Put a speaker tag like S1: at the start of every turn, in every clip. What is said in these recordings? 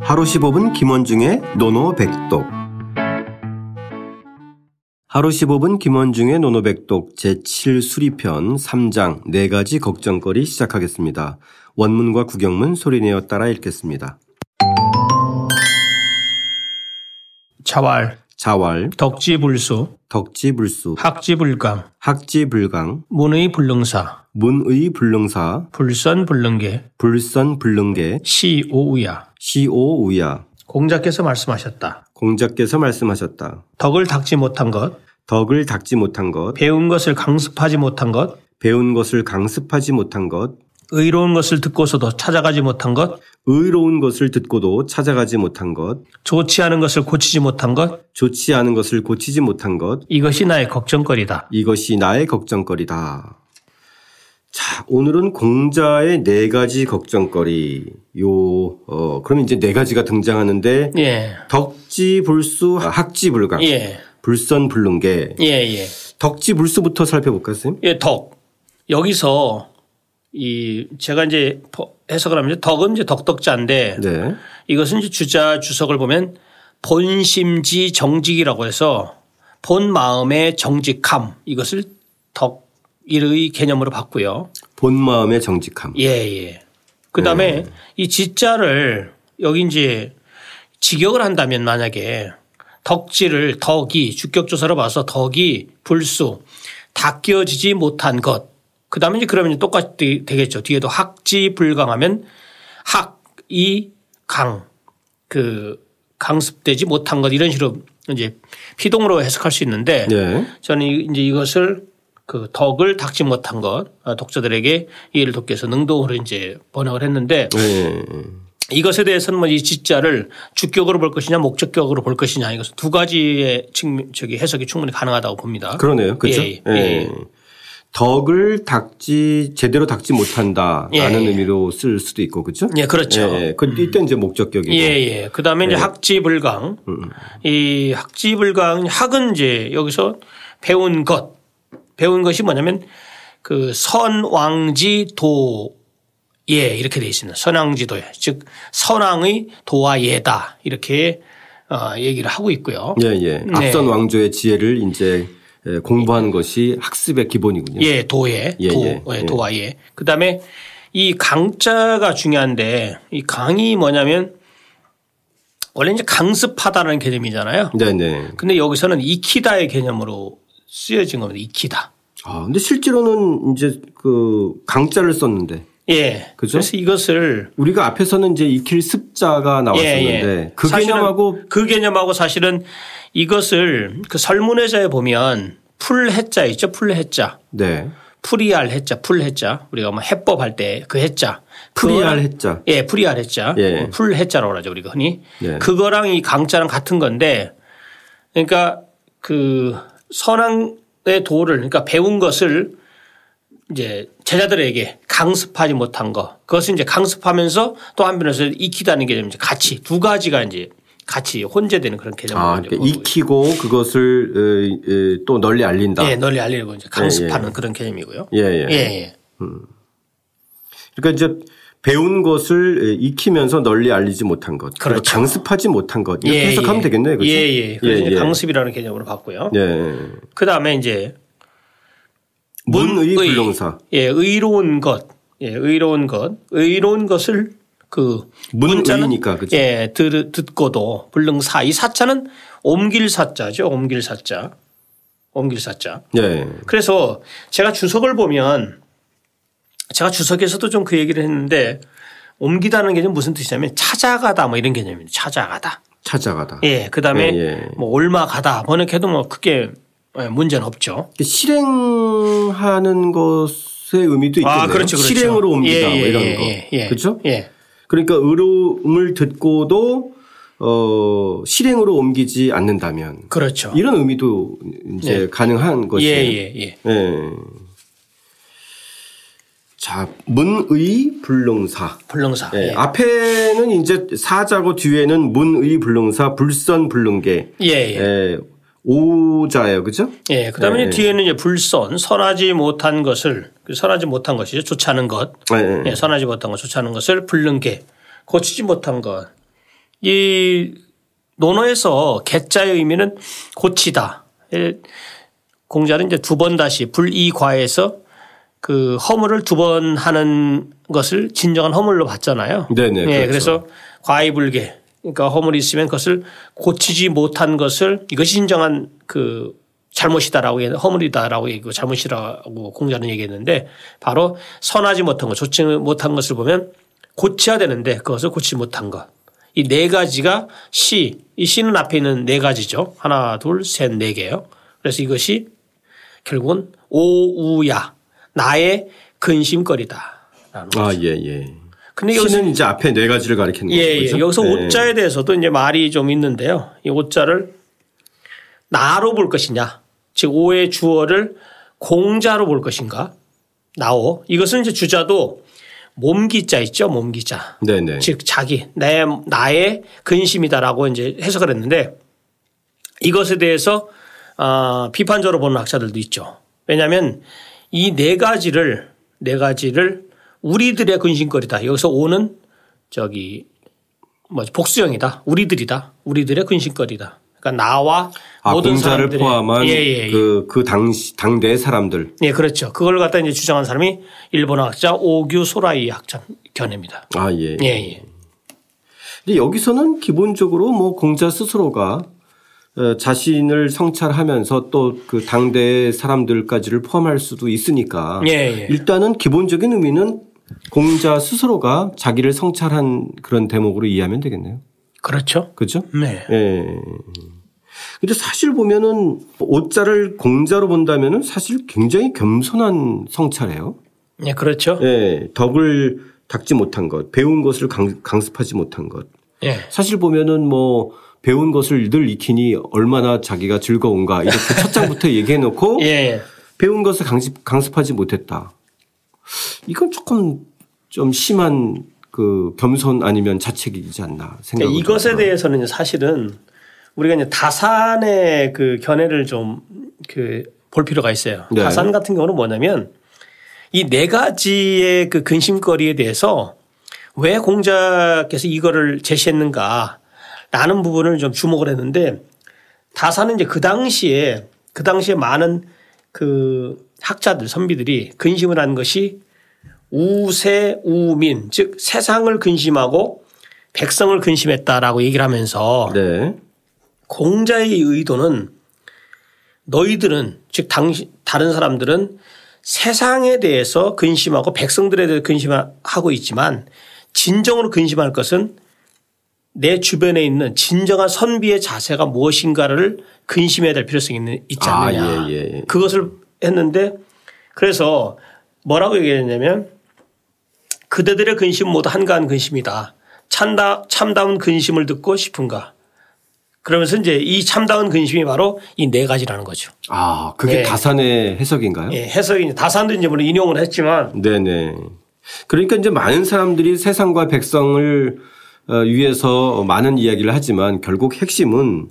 S1: 하루 15분 김원중의 노노백독 하루 15분 김원중의 노노백독 제7수리편 3장 4가지 걱정거리 시작하겠습니다. 원문과 구경문 소리내어 따라 읽겠습니다.
S2: 자활,
S1: 자왈,
S2: 덕지불수,
S1: 덕지불수,
S2: 학지불감,
S1: 학지불강,
S2: 문의 불능사,
S1: 문의 불능사,
S2: 불선불능계,
S1: 불선불능계,
S2: 시오우야.
S1: 시오우야.
S2: 공자께서 말씀하셨다.
S1: 공자께서 말씀하셨다.
S2: 덕을 닦지 못한 것,
S1: 덕을 닦지 못한 것,
S2: 배운 것을 강습하지 못한 것,
S1: 배운 것을 강습하지 못한 것,
S2: 의로운 것을 듣고서도 찾아가지 못한 것,
S1: 의로운 것을 듣고도 찾아가지 못한 것,
S2: 좋지 않은 것을 고치지 못한 것,
S1: 좋지 않은 것을 고치지 못한 것,
S2: 이것이 나의 걱정거리다.
S1: 이것이 나의 걱정거리다. 자, 오늘은 공자의 네 가지 걱정거리. 요, 어, 그럼 이제 네 가지가 등장하는데,
S2: 예,
S1: 덕지, 불수, 학지, 불강.
S2: 예,
S1: 불선, 불능계.
S2: 예, 예.
S1: 덕지, 불수부터 살펴볼까요, 선생님?
S2: 예, 덕. 여기서 이 제가 이제 버- 해석을 하면 이제 덕은 이제 덕덕자인데
S1: 네.
S2: 이것은 이제 주자 주석을 보면 본심지 정직이라고 해서 본 마음의 정직함 이것을 덕일의 개념으로 봤고요.
S1: 본 마음의 정직함.
S2: 예, 예. 그 다음에 이 지자를 여기 이제 직역을 한다면 만약에 덕지를 덕이 주격조사로 봐서 덕이 불수 닦여지지 못한 것. 그 다음에 이제 그러면 이제 똑같이 되겠죠. 뒤에도 학지 불강하면 학이 강. 그 강습되지 못한 것 이런 식으로 이제 피동으로 해석할 수 있는데
S1: 네.
S2: 저는 이- 이제 이것을 그 덕을 닦지 못한 것 아, 독자들에게 이해를 돕기 위해서 능동으로 이제 번역을 했는데
S1: 네.
S2: 이것에 대해서는 뭐 이 지자를 주격으로 볼 것이냐 목적격으로 볼 것이냐 이것은 두 가지의 측면 저기 해석이 충분히 가능하다고 봅니다.
S1: 그러네요. 그죠?
S2: 예,
S1: 예.
S2: 예.
S1: 덕을 닦지 제대로 닦지 못한다라는
S2: 예, 예.
S1: 의미로 쓸 수도 있고 그렇죠?
S2: 예, 그렇죠.
S1: 예, 예. 그 이때 이제 네. 음, 목적격이고.
S2: 예, 예. 그 다음에 이제 학지불강. 이 학지불강, 학은 이제 여기서 배운 것. 배운 것이 뭐냐면 그 선왕지 도, 예. 이렇게 돼 있습니다. 선왕지 도예. 즉, 선왕의 도와 예다. 이렇게 어, 얘기를 하고 있고요. 네.
S1: 예, 예. 앞선 왕조의 지혜를 이제 예, 공부하는 것이 학습의 기본이군요.
S2: 예, 도예,
S1: 예,
S2: 도,
S1: 예,
S2: 예, 도와 예. 그다음에 이 강자가 중요한데 이 강이 뭐냐면 원래 이제 강습하다라는 개념이잖아요.
S1: 네, 네.
S2: 근데 여기서는 익히다의 개념으로 쓰여진 겁니다. 익히다.
S1: 아, 근데 실제로는 이제 그 강자를 썼는데
S2: 예.
S1: 그죠?
S2: 래서 이것을
S1: 우리가 앞에서는 이제 익힐 습자가 나왔었는데 그
S2: 예, 사실은
S1: 개념하고
S2: 그 개념하고 사실은 이것을 그 설문회자에 보면 풀 해자 있죠. 풀 해자.
S1: 네.
S2: 풀이알 해자, 풀 해자. 우리가 뭐 해법 할 때 그 해자.
S1: 프리알 했자.
S2: 예, 풀이알 해자.
S1: 예.
S2: 풀 해자라고 하죠. 우리가 흔히.
S1: 네.
S2: 그거랑 이 강자랑 같은 건데 그러니까 그 선왕의 도를 그러니까 배운 것을 이제 제자들에게 강습하지 못한 거 그것을 이제 강습하면서 또 한편에서 익히다는 개념이 이제 같이 두 가지가 이제 같이 혼재되는 그런 개념을
S1: 아, 그러니까 익히고 그것을 에, 에, 또 널리 알린다.
S2: 예, 널리 알리고 이제 강습하는 그런 개념이고요.
S1: 예, 예.
S2: 예, 예.
S1: 그러니까 이제 배운 것을 에, 익히면서 널리 알리지 못한 것, 그리고
S2: 그렇죠.
S1: 강습하지 못한 것 이렇게
S2: 예,
S1: 해석하면
S2: 예.
S1: 되겠네요, 그렇죠?
S2: 예, 예. 그래서 이제 강습이라는 개념으로 봤고요.
S1: 예.
S2: 그 다음에 이제
S1: 문의 불능사,
S2: 예, 의로운 것. 예, 의로운 것. 의로운 것을 그
S1: 문의니까 그죠?
S2: 예, 들, 듣고도 불능사. 이 사자는 옮길 사자죠. 옮길 사자. 옮길 사자.
S1: 예.
S2: 그래서 제가 주석을 보면 제가 주석에서도 좀 그 얘기를 했는데 옮기다는 개념 무슨 뜻이냐면 찾아가다 뭐 이런 개념입니다. 찾아가다.
S1: 찾아가다.
S2: 예, 그 다음에
S1: 예, 예.
S2: 뭐 올마가다 번역해도 뭐 크게 예, 문제는 없죠.
S1: 그러니까 실행하는 것의 의미도 있겠네요.
S2: 아, 그렇죠, 그렇죠.
S1: 실행으로 옮기다
S2: 예, 예,
S1: 뭐 이런
S2: 예,
S1: 거,
S2: 예, 예.
S1: 그렇죠?
S2: 예.
S1: 그러니까 의로움을 듣고도 어, 실행으로 옮기지 않는다면
S2: 그렇죠.
S1: 이런 의미도 이제 가능한 것이에요.
S2: 예, 예, 예.
S1: 예. 자, 문의 불능사.
S2: 불능사.
S1: 예,
S2: 예.
S1: 앞에는 이제 사자고 뒤에는 문의 불능사 불선 불능계.
S2: 예, 예.
S1: 예, 오자예요. 그죠?
S2: 예, 그 다음에 뒤에는 이제 불선, 선하지 못한 것을, 그 선하지 못한 것이죠. 좋지 않은 것.
S1: 예, 예.
S2: 예, 선하지 못한 것, 좋지 않은 것을 불른 게, 고치지 못한 것. 이 논어에서 개자의 의미는 고치다. 예, 공자는 이제 두 번 다시 불이과에서 그 허물을 두 번 하는 것을 진정한 허물로 봤잖아요.
S1: 네네,
S2: 예,
S1: 그렇죠.
S2: 그래서 과이불계. 그러니까 허물이 있으면 그것을 고치지 못한 것을 이것이 진정한 그 잘못이다라고 얘기- 허물이다라고 얘기고 잘못이라고 공자는 얘기했는데 바로 선하지 못한 것, 좋지 못한 것을 보면 고쳐야 되는데 그것을 고치지 못한 것. 이 네 가지가 시, 이 시는 앞에 있는 네 가지죠. 하나, 둘, 셋, 네 개요. 그래서 이것이 결국은 오우야 나의 근심거리다.
S1: 아, 예, 예.
S2: 근데 여기서
S1: 시는 이제 앞에 네 가지를 가리키는
S2: 예, 예.
S1: 거죠.
S2: 여기서
S1: 네.
S2: 오자에 대해서도 이제 말이 좀 있는데요. 이 오자를 나로 볼 것이냐, 즉 오의 주어를 공자로 볼 것인가? 나오. 이것은 이제 주자도 몸기자 있죠, 몸기자.
S1: 네네.
S2: 즉 자기 내 나의 근심이다라고 이제 해석을 했는데 이것에 대해서 아, 비판적으로 보는 학자들도 있죠. 왜냐하면 이 네 가지를 네 가지를 우리들의 근심거리다. 여기서 오는 저기 뭐 복수형이다. 우리들이다. 우리들의 근심거리다. 그러니까 나와
S1: 아,
S2: 모든
S1: 공자를
S2: 사람들의
S1: 포함한
S2: 예, 예, 예.
S1: 그, 그 당시, 당대의 사람들.
S2: 예, 그렇죠. 그걸 갖다 이제 주장한 사람이 일본 학자 오규 소라이 학자 견해입니다.
S1: 아, 예.
S2: 예, 예.
S1: 근데 여기서는 기본적으로 뭐 공자 스스로가 어, 자신을 성찰하면서 또 그 당대의 사람들까지를 포함할 수도 있으니까
S2: 예, 예.
S1: 일단은 기본적인 의미는 공자 스스로가 자기를 성찰한 그런 대목으로 이해하면 되겠네요.
S2: 그렇죠.
S1: 그죠?
S2: 네.
S1: 예. 근데 사실 보면은 오자를 공자로 본다면은 사실 굉장히 겸손한 성찰이에요.
S2: 예, 그렇죠.
S1: 예. 덕을 닦지 못한 것, 배운 것을 강, 강습하지 못한 것.
S2: 예.
S1: 사실 보면은 뭐 배운 것을 늘 익히니 얼마나 자기가 즐거운가 이렇게 첫 장부터 얘기해 놓고
S2: 예, 예.
S1: 배운 것을 강습, 강습하지 못했다. 이건 조금 좀 심한 그 겸손 아니면 자책이지 않나 생각.
S2: 그러니까 이것에 대해서는 이제 사실은 우리가 이제 다산의 그 견해를 좀 그 볼 필요가 있어요.
S1: 네.
S2: 다산 같은 경우는 뭐냐면 이 네 가지의 그 근심거리에 대해서 왜 공자께서 이거를 제시했는가라는 부분을 좀 주목을 했는데 다산은 이제 그 당시에 그 당시에 많은 그 학자들 선비들이 근심을 한 것이 우세우민 즉 세상을 근심하고 백성을 근심했다라고 얘기를 하면서
S1: 네.
S2: 공자의 의도는 너희들은 즉 당시 다른 사람들은 세상에 대해서 근심하고 백성들에 대해 근심하고 있지만 진정으로 근심할 것은 내 주변에 있는 진정한 선비의 자세가 무엇인가를 근심해야 될 필요성이 있는- 있지
S1: 아,
S2: 않느냐.
S1: 예, 예, 예.
S2: 그것을 했는데 그래서 뭐라고 얘기했냐면 그대들의 근심 모두 한가한 근심이다. 참다, 참다운 근심을 듣고 싶은가. 그러면서 이제 이 참다운 근심이 바로 이 네 가지라는 거죠.
S1: 아 그게
S2: 예.
S1: 다산의 해석인가요?
S2: 예, 해석이 이제 다산도 이제 물론 인용을 했지만
S1: 네네. 그러니까 이제 많은 사람들이 세상과 백성을 어, 위해서 많은 이야기를 하지만 결국 핵심은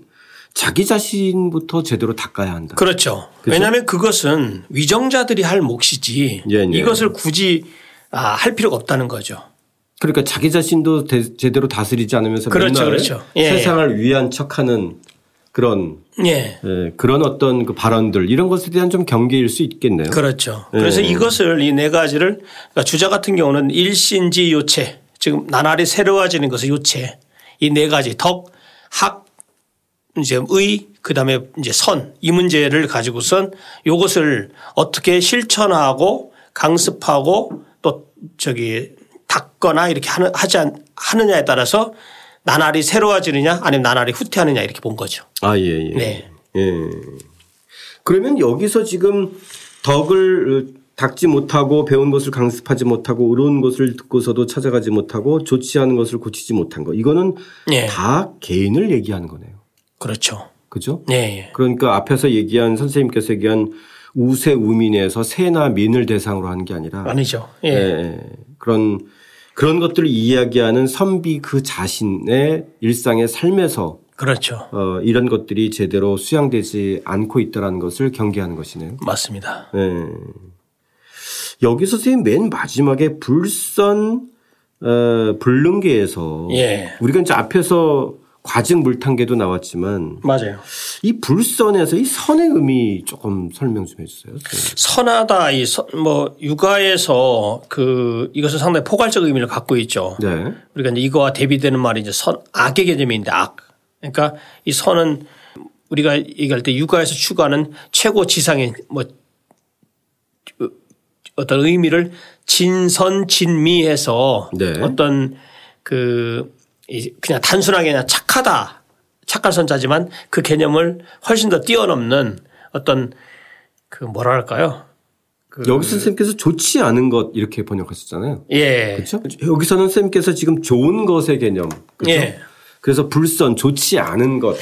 S1: 자기 자신부터 제대로 닦아야 한다.
S2: 그렇죠. 왜냐하면 그것은 위정자들이 할 몫이지
S1: 예, 예.
S2: 이것을 굳이 아, 할 필요가 없다는 거죠.
S1: 그러니까 자기 자신도 대- 제대로 다스리지 않으면서
S2: 그렇죠,
S1: 맨날
S2: 그렇죠. 예,
S1: 세상을 위한 척하는 그런
S2: 예.
S1: 예, 그런 어떤 그 발언들 이런 것에 대한 좀 경계일 수 있겠네요. 예.
S2: 그렇죠. 그래서 이것을 이 네 가지를 그러니까 주자 같은 경우는 일신지 요체 지금 나날이 새로워지는 것을 요체 이 네 가지 덕, 학, 이제 의 그다음에 이제 선 이 문제를 가지고선 요것을 어떻게 실천하고 강습하고 또 저기 닦거나 이렇게 하는 하지 않, 하느냐에 따라서 나날이 새로워지느냐 아니면 나날이 후퇴하느냐 이렇게 본 거죠.
S1: 아, 예, 예.
S2: 네.
S1: 예. 그러면 여기서 지금 덕을 으, 닦지 못하고 배운 것을 강습하지 못하고 의로운 것을 듣고서도 찾아가지 못하고 좋지 않은 것을 고치지 못한 거. 이거는
S2: 예.
S1: 다 개인을 얘기하는 거네요.
S2: 그렇죠.
S1: 그죠?
S2: 예, 예.
S1: 그러니까 앞에서 얘기한 선생님께서 얘기한 우세 우민에서 세나 민을 대상으로 하는 게 아니라
S2: 아니죠. 예.
S1: 예, 예. 그런 그런 것들을 이야기하는 선비 그 자신의 일상의 삶에서
S2: 그렇죠.
S1: 어, 이런 것들이 제대로 수양되지 않고 있다라는 것을 경계하는 것이네요.
S2: 맞습니다.
S1: 예. 여기서 선생님 맨 마지막에 불선 어, 불능계에서
S2: 예.
S1: 우리가 이제 앞에서 과증 물탄계도 나왔지만
S2: 맞아요.
S1: 이 불선에서 이 선의 의미 조금 설명 좀 해주세요. 선생님.
S2: 선하다 이 뭐 육아에서 그 이것은 상당히 포괄적 의미를 갖고 있죠.
S1: 네.
S2: 우리가 그러니까 이제 이거와 대비되는 말이 이제 선 악의 개념인데 악. 그러니까 이 선은 우리가 얘기할 때 육아에서 추구하는 최고 지상의 뭐 어떤 의미를 진선 진미해서
S1: 네.
S2: 어떤 그 이- 그냥 단순하게 그냥 착하다 착한 선자지만 그 개념을 훨씬 더 뛰어넘는 어떤 그 뭐랄까요
S1: 여기서 선생님께서 좋지 않은 것 이렇게 번역하셨잖아요.
S2: 예
S1: 그렇죠? 여기서는 선생님께서 지금 좋은 것의 개념. 그렇죠?
S2: 예.
S1: 그래서 불선 좋지 않은 것.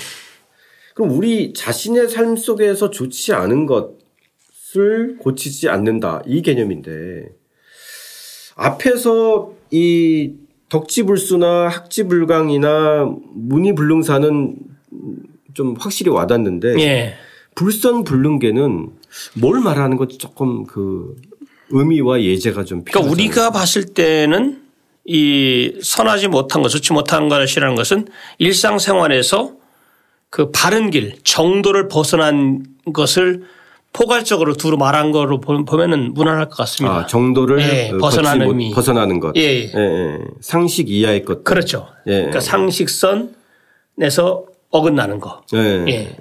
S1: 그럼 우리 자신의 삶 속에서 좋지 않은 것을 고치지 않는다 이 개념인데 앞에서 이 덕지불수나 학지불강이나 문이불능사는 좀 확실히 와닿는데
S2: 예.
S1: 불선불능계는 뭘 말하는 건지 조금 그 의미와 예제가 좀 필요하죠.
S2: 그러니까 우리가 봤을 때는 이 선하지 못한 것, 좋지 못한 것이라는 것은 일상생활에서 그 바른 길, 정도를 벗어난 것을 포괄적으로 두루 말한 거로 보- 보면은 무난할 것 같습니다.
S1: 아, 정도를
S2: 예,
S1: 어,
S2: 벗어나는
S1: 벗지 못-
S2: 의미.
S1: 벗어나는 것.
S2: 예, 예.
S1: 예. 상식 이하의 것.
S2: 그렇죠.
S1: 예.
S2: 그러니까 상식선에서 어긋나는 거.
S1: 예.
S2: 예.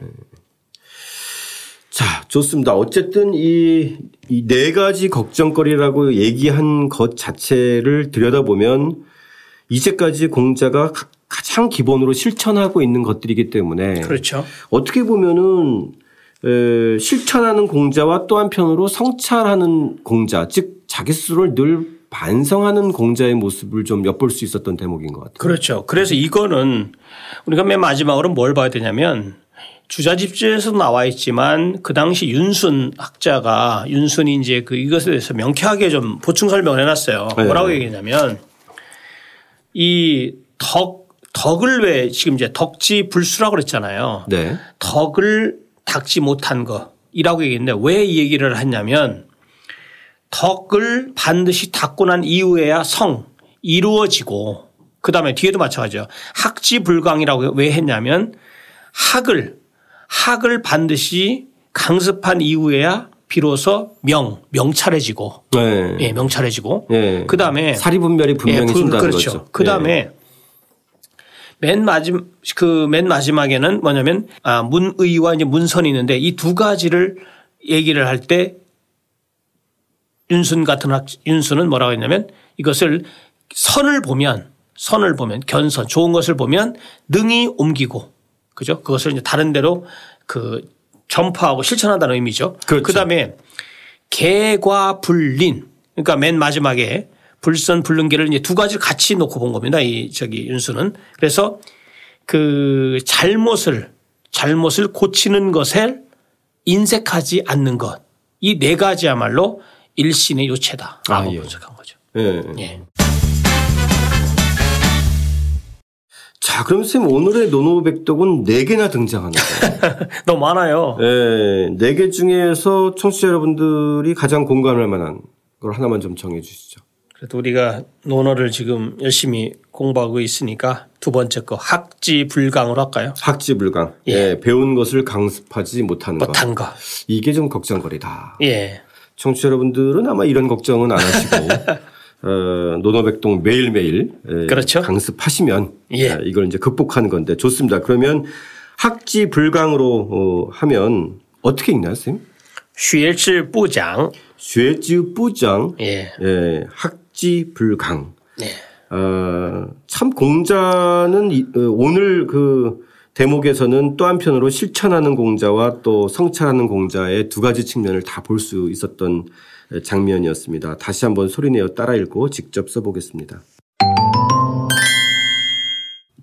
S1: 자, 좋습니다. 어쨌든 이, 이 네 가지 걱정거리라고 얘기한 것 자체를 들여다보면 이제까지 공자가 가- 가장 기본으로 실천하고 있는 것들이기 때문에
S2: 그렇죠.
S1: 어떻게 보면은 에, 실천하는 공자와 또 한편으로 성찰하는 공자, 즉 자기 스스로를 늘 반성하는 공자의 모습을 좀 엿볼 수 있었던 대목인 것 같아요.
S2: 그렇죠. 그래서 이거는 우리가 맨 마지막으로 뭘 봐야 되냐면 주자집주에서 나와 있지만 그 당시 윤순 학자가 윤순이 이제 그 이것에 대해서 명쾌하게 좀 보충 설명을 해놨어요.
S1: 네.
S2: 뭐라고 얘기했냐면 이 덕, 덕을 왜 지금 이제 덕지 불수라고 그랬잖아요.
S1: 네.
S2: 덕을 닦지 못한 것이라고 얘기했는데 왜 이 얘기를 했냐면 덕을 반드시 닦고 난 이후에야 성 이루어지고 그 다음에 뒤에도 마찬가지죠. 학지불강이라고 왜 했냐면 학을 학을 반드시 강습한 이후에야 비로소 명 명찰해지고
S1: 네.
S2: 예 명찰해지고
S1: 예.
S2: 그 다음에
S1: 사리분별이 분명히
S2: 그-
S1: 준다는
S2: 그렇죠.
S1: 거죠. 예.
S2: 그 다음에 맨 마지막 그맨 마지막에는 뭐냐면 아, 문의와 이제 문선이 있는데 이 두 가지를 얘기를 할 때 윤순 같은 학 윤순은 뭐라고 했냐면 이것을 선을 보면 선을 보면 견선 좋은 것을 보면 능이 옮기고 그죠 그것을 이제 다른 데로 그 전파하고 실천한다는 의미죠.
S1: 그렇죠.
S2: 그다음에 개과 불린 그러니까 맨 마지막에 불선 불능계를 이제 두 가지를 같이 놓고 본 겁니다. 이 저기 윤수는 그래서 그 잘못을 잘못을 고치는 것을 인색하지 않는 것 이 네 가지야말로 일신의 요체다.
S1: 아,
S2: 라고
S1: 예.
S2: 분석한 거죠.
S1: 예.
S2: 예.
S1: 자, 그럼 선생님 오늘의 노노백독은 네개나 등장하네요.
S2: 너무 많아요.
S1: 예, 네 개 중에서 청취자 여러분들이 가장 공감할 만한 걸 하나만 좀 정해 주시죠.
S2: 그래도 우리가 논어를 지금 열심히 공부하고 있으니까 두 번째 거 학지 불강으로 할까요?
S1: 학지불강. 예. 배운 것을 강습하지 못하는 것.
S2: 못한 거.
S1: 이게 좀 걱정거리다.
S2: 예.
S1: 청취자 여러분들은 아마 이런 걱정은 안 하시고 어, 노노백동 매일매일 예,
S2: 그렇죠.
S1: 강습하시면
S2: 예.
S1: 아, 이걸 이제 극복하는 건데 좋습니다. 그러면 학지불강으로 어, 하면 어떻게 읽나요, 선생님?
S2: 슈엘츠 부장.
S1: 쇠지부장
S2: 예.
S1: 예, 학지불강.
S2: 네.
S1: 어, 참 공자는 이- 어, 오늘 그 대목에서는 또 한편으로 실천하는 공자와 또 성찰하는 공자의 두 가지 측면을 다 볼 수 있었던 장면이었습니다. 다시 한번 소리내어 따라 읽고 직접 써보겠습니다.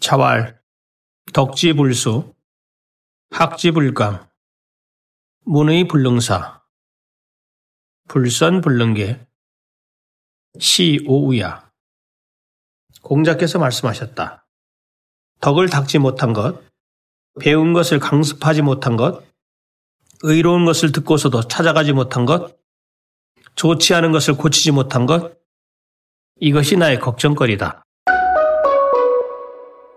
S2: 자왈, 덕지불수, 학지불강, 문의불능사, 불선불능계, 시오우야. 공자께서 말씀하셨다. 덕을 닦지 못한 것, 배운 것을 강습하지 못한 것, 의로운 것을 듣고서도 찾아가지 못한 것, 좋지 않은 것을 고치지 못한 것, 이것이 나의 걱정거리다.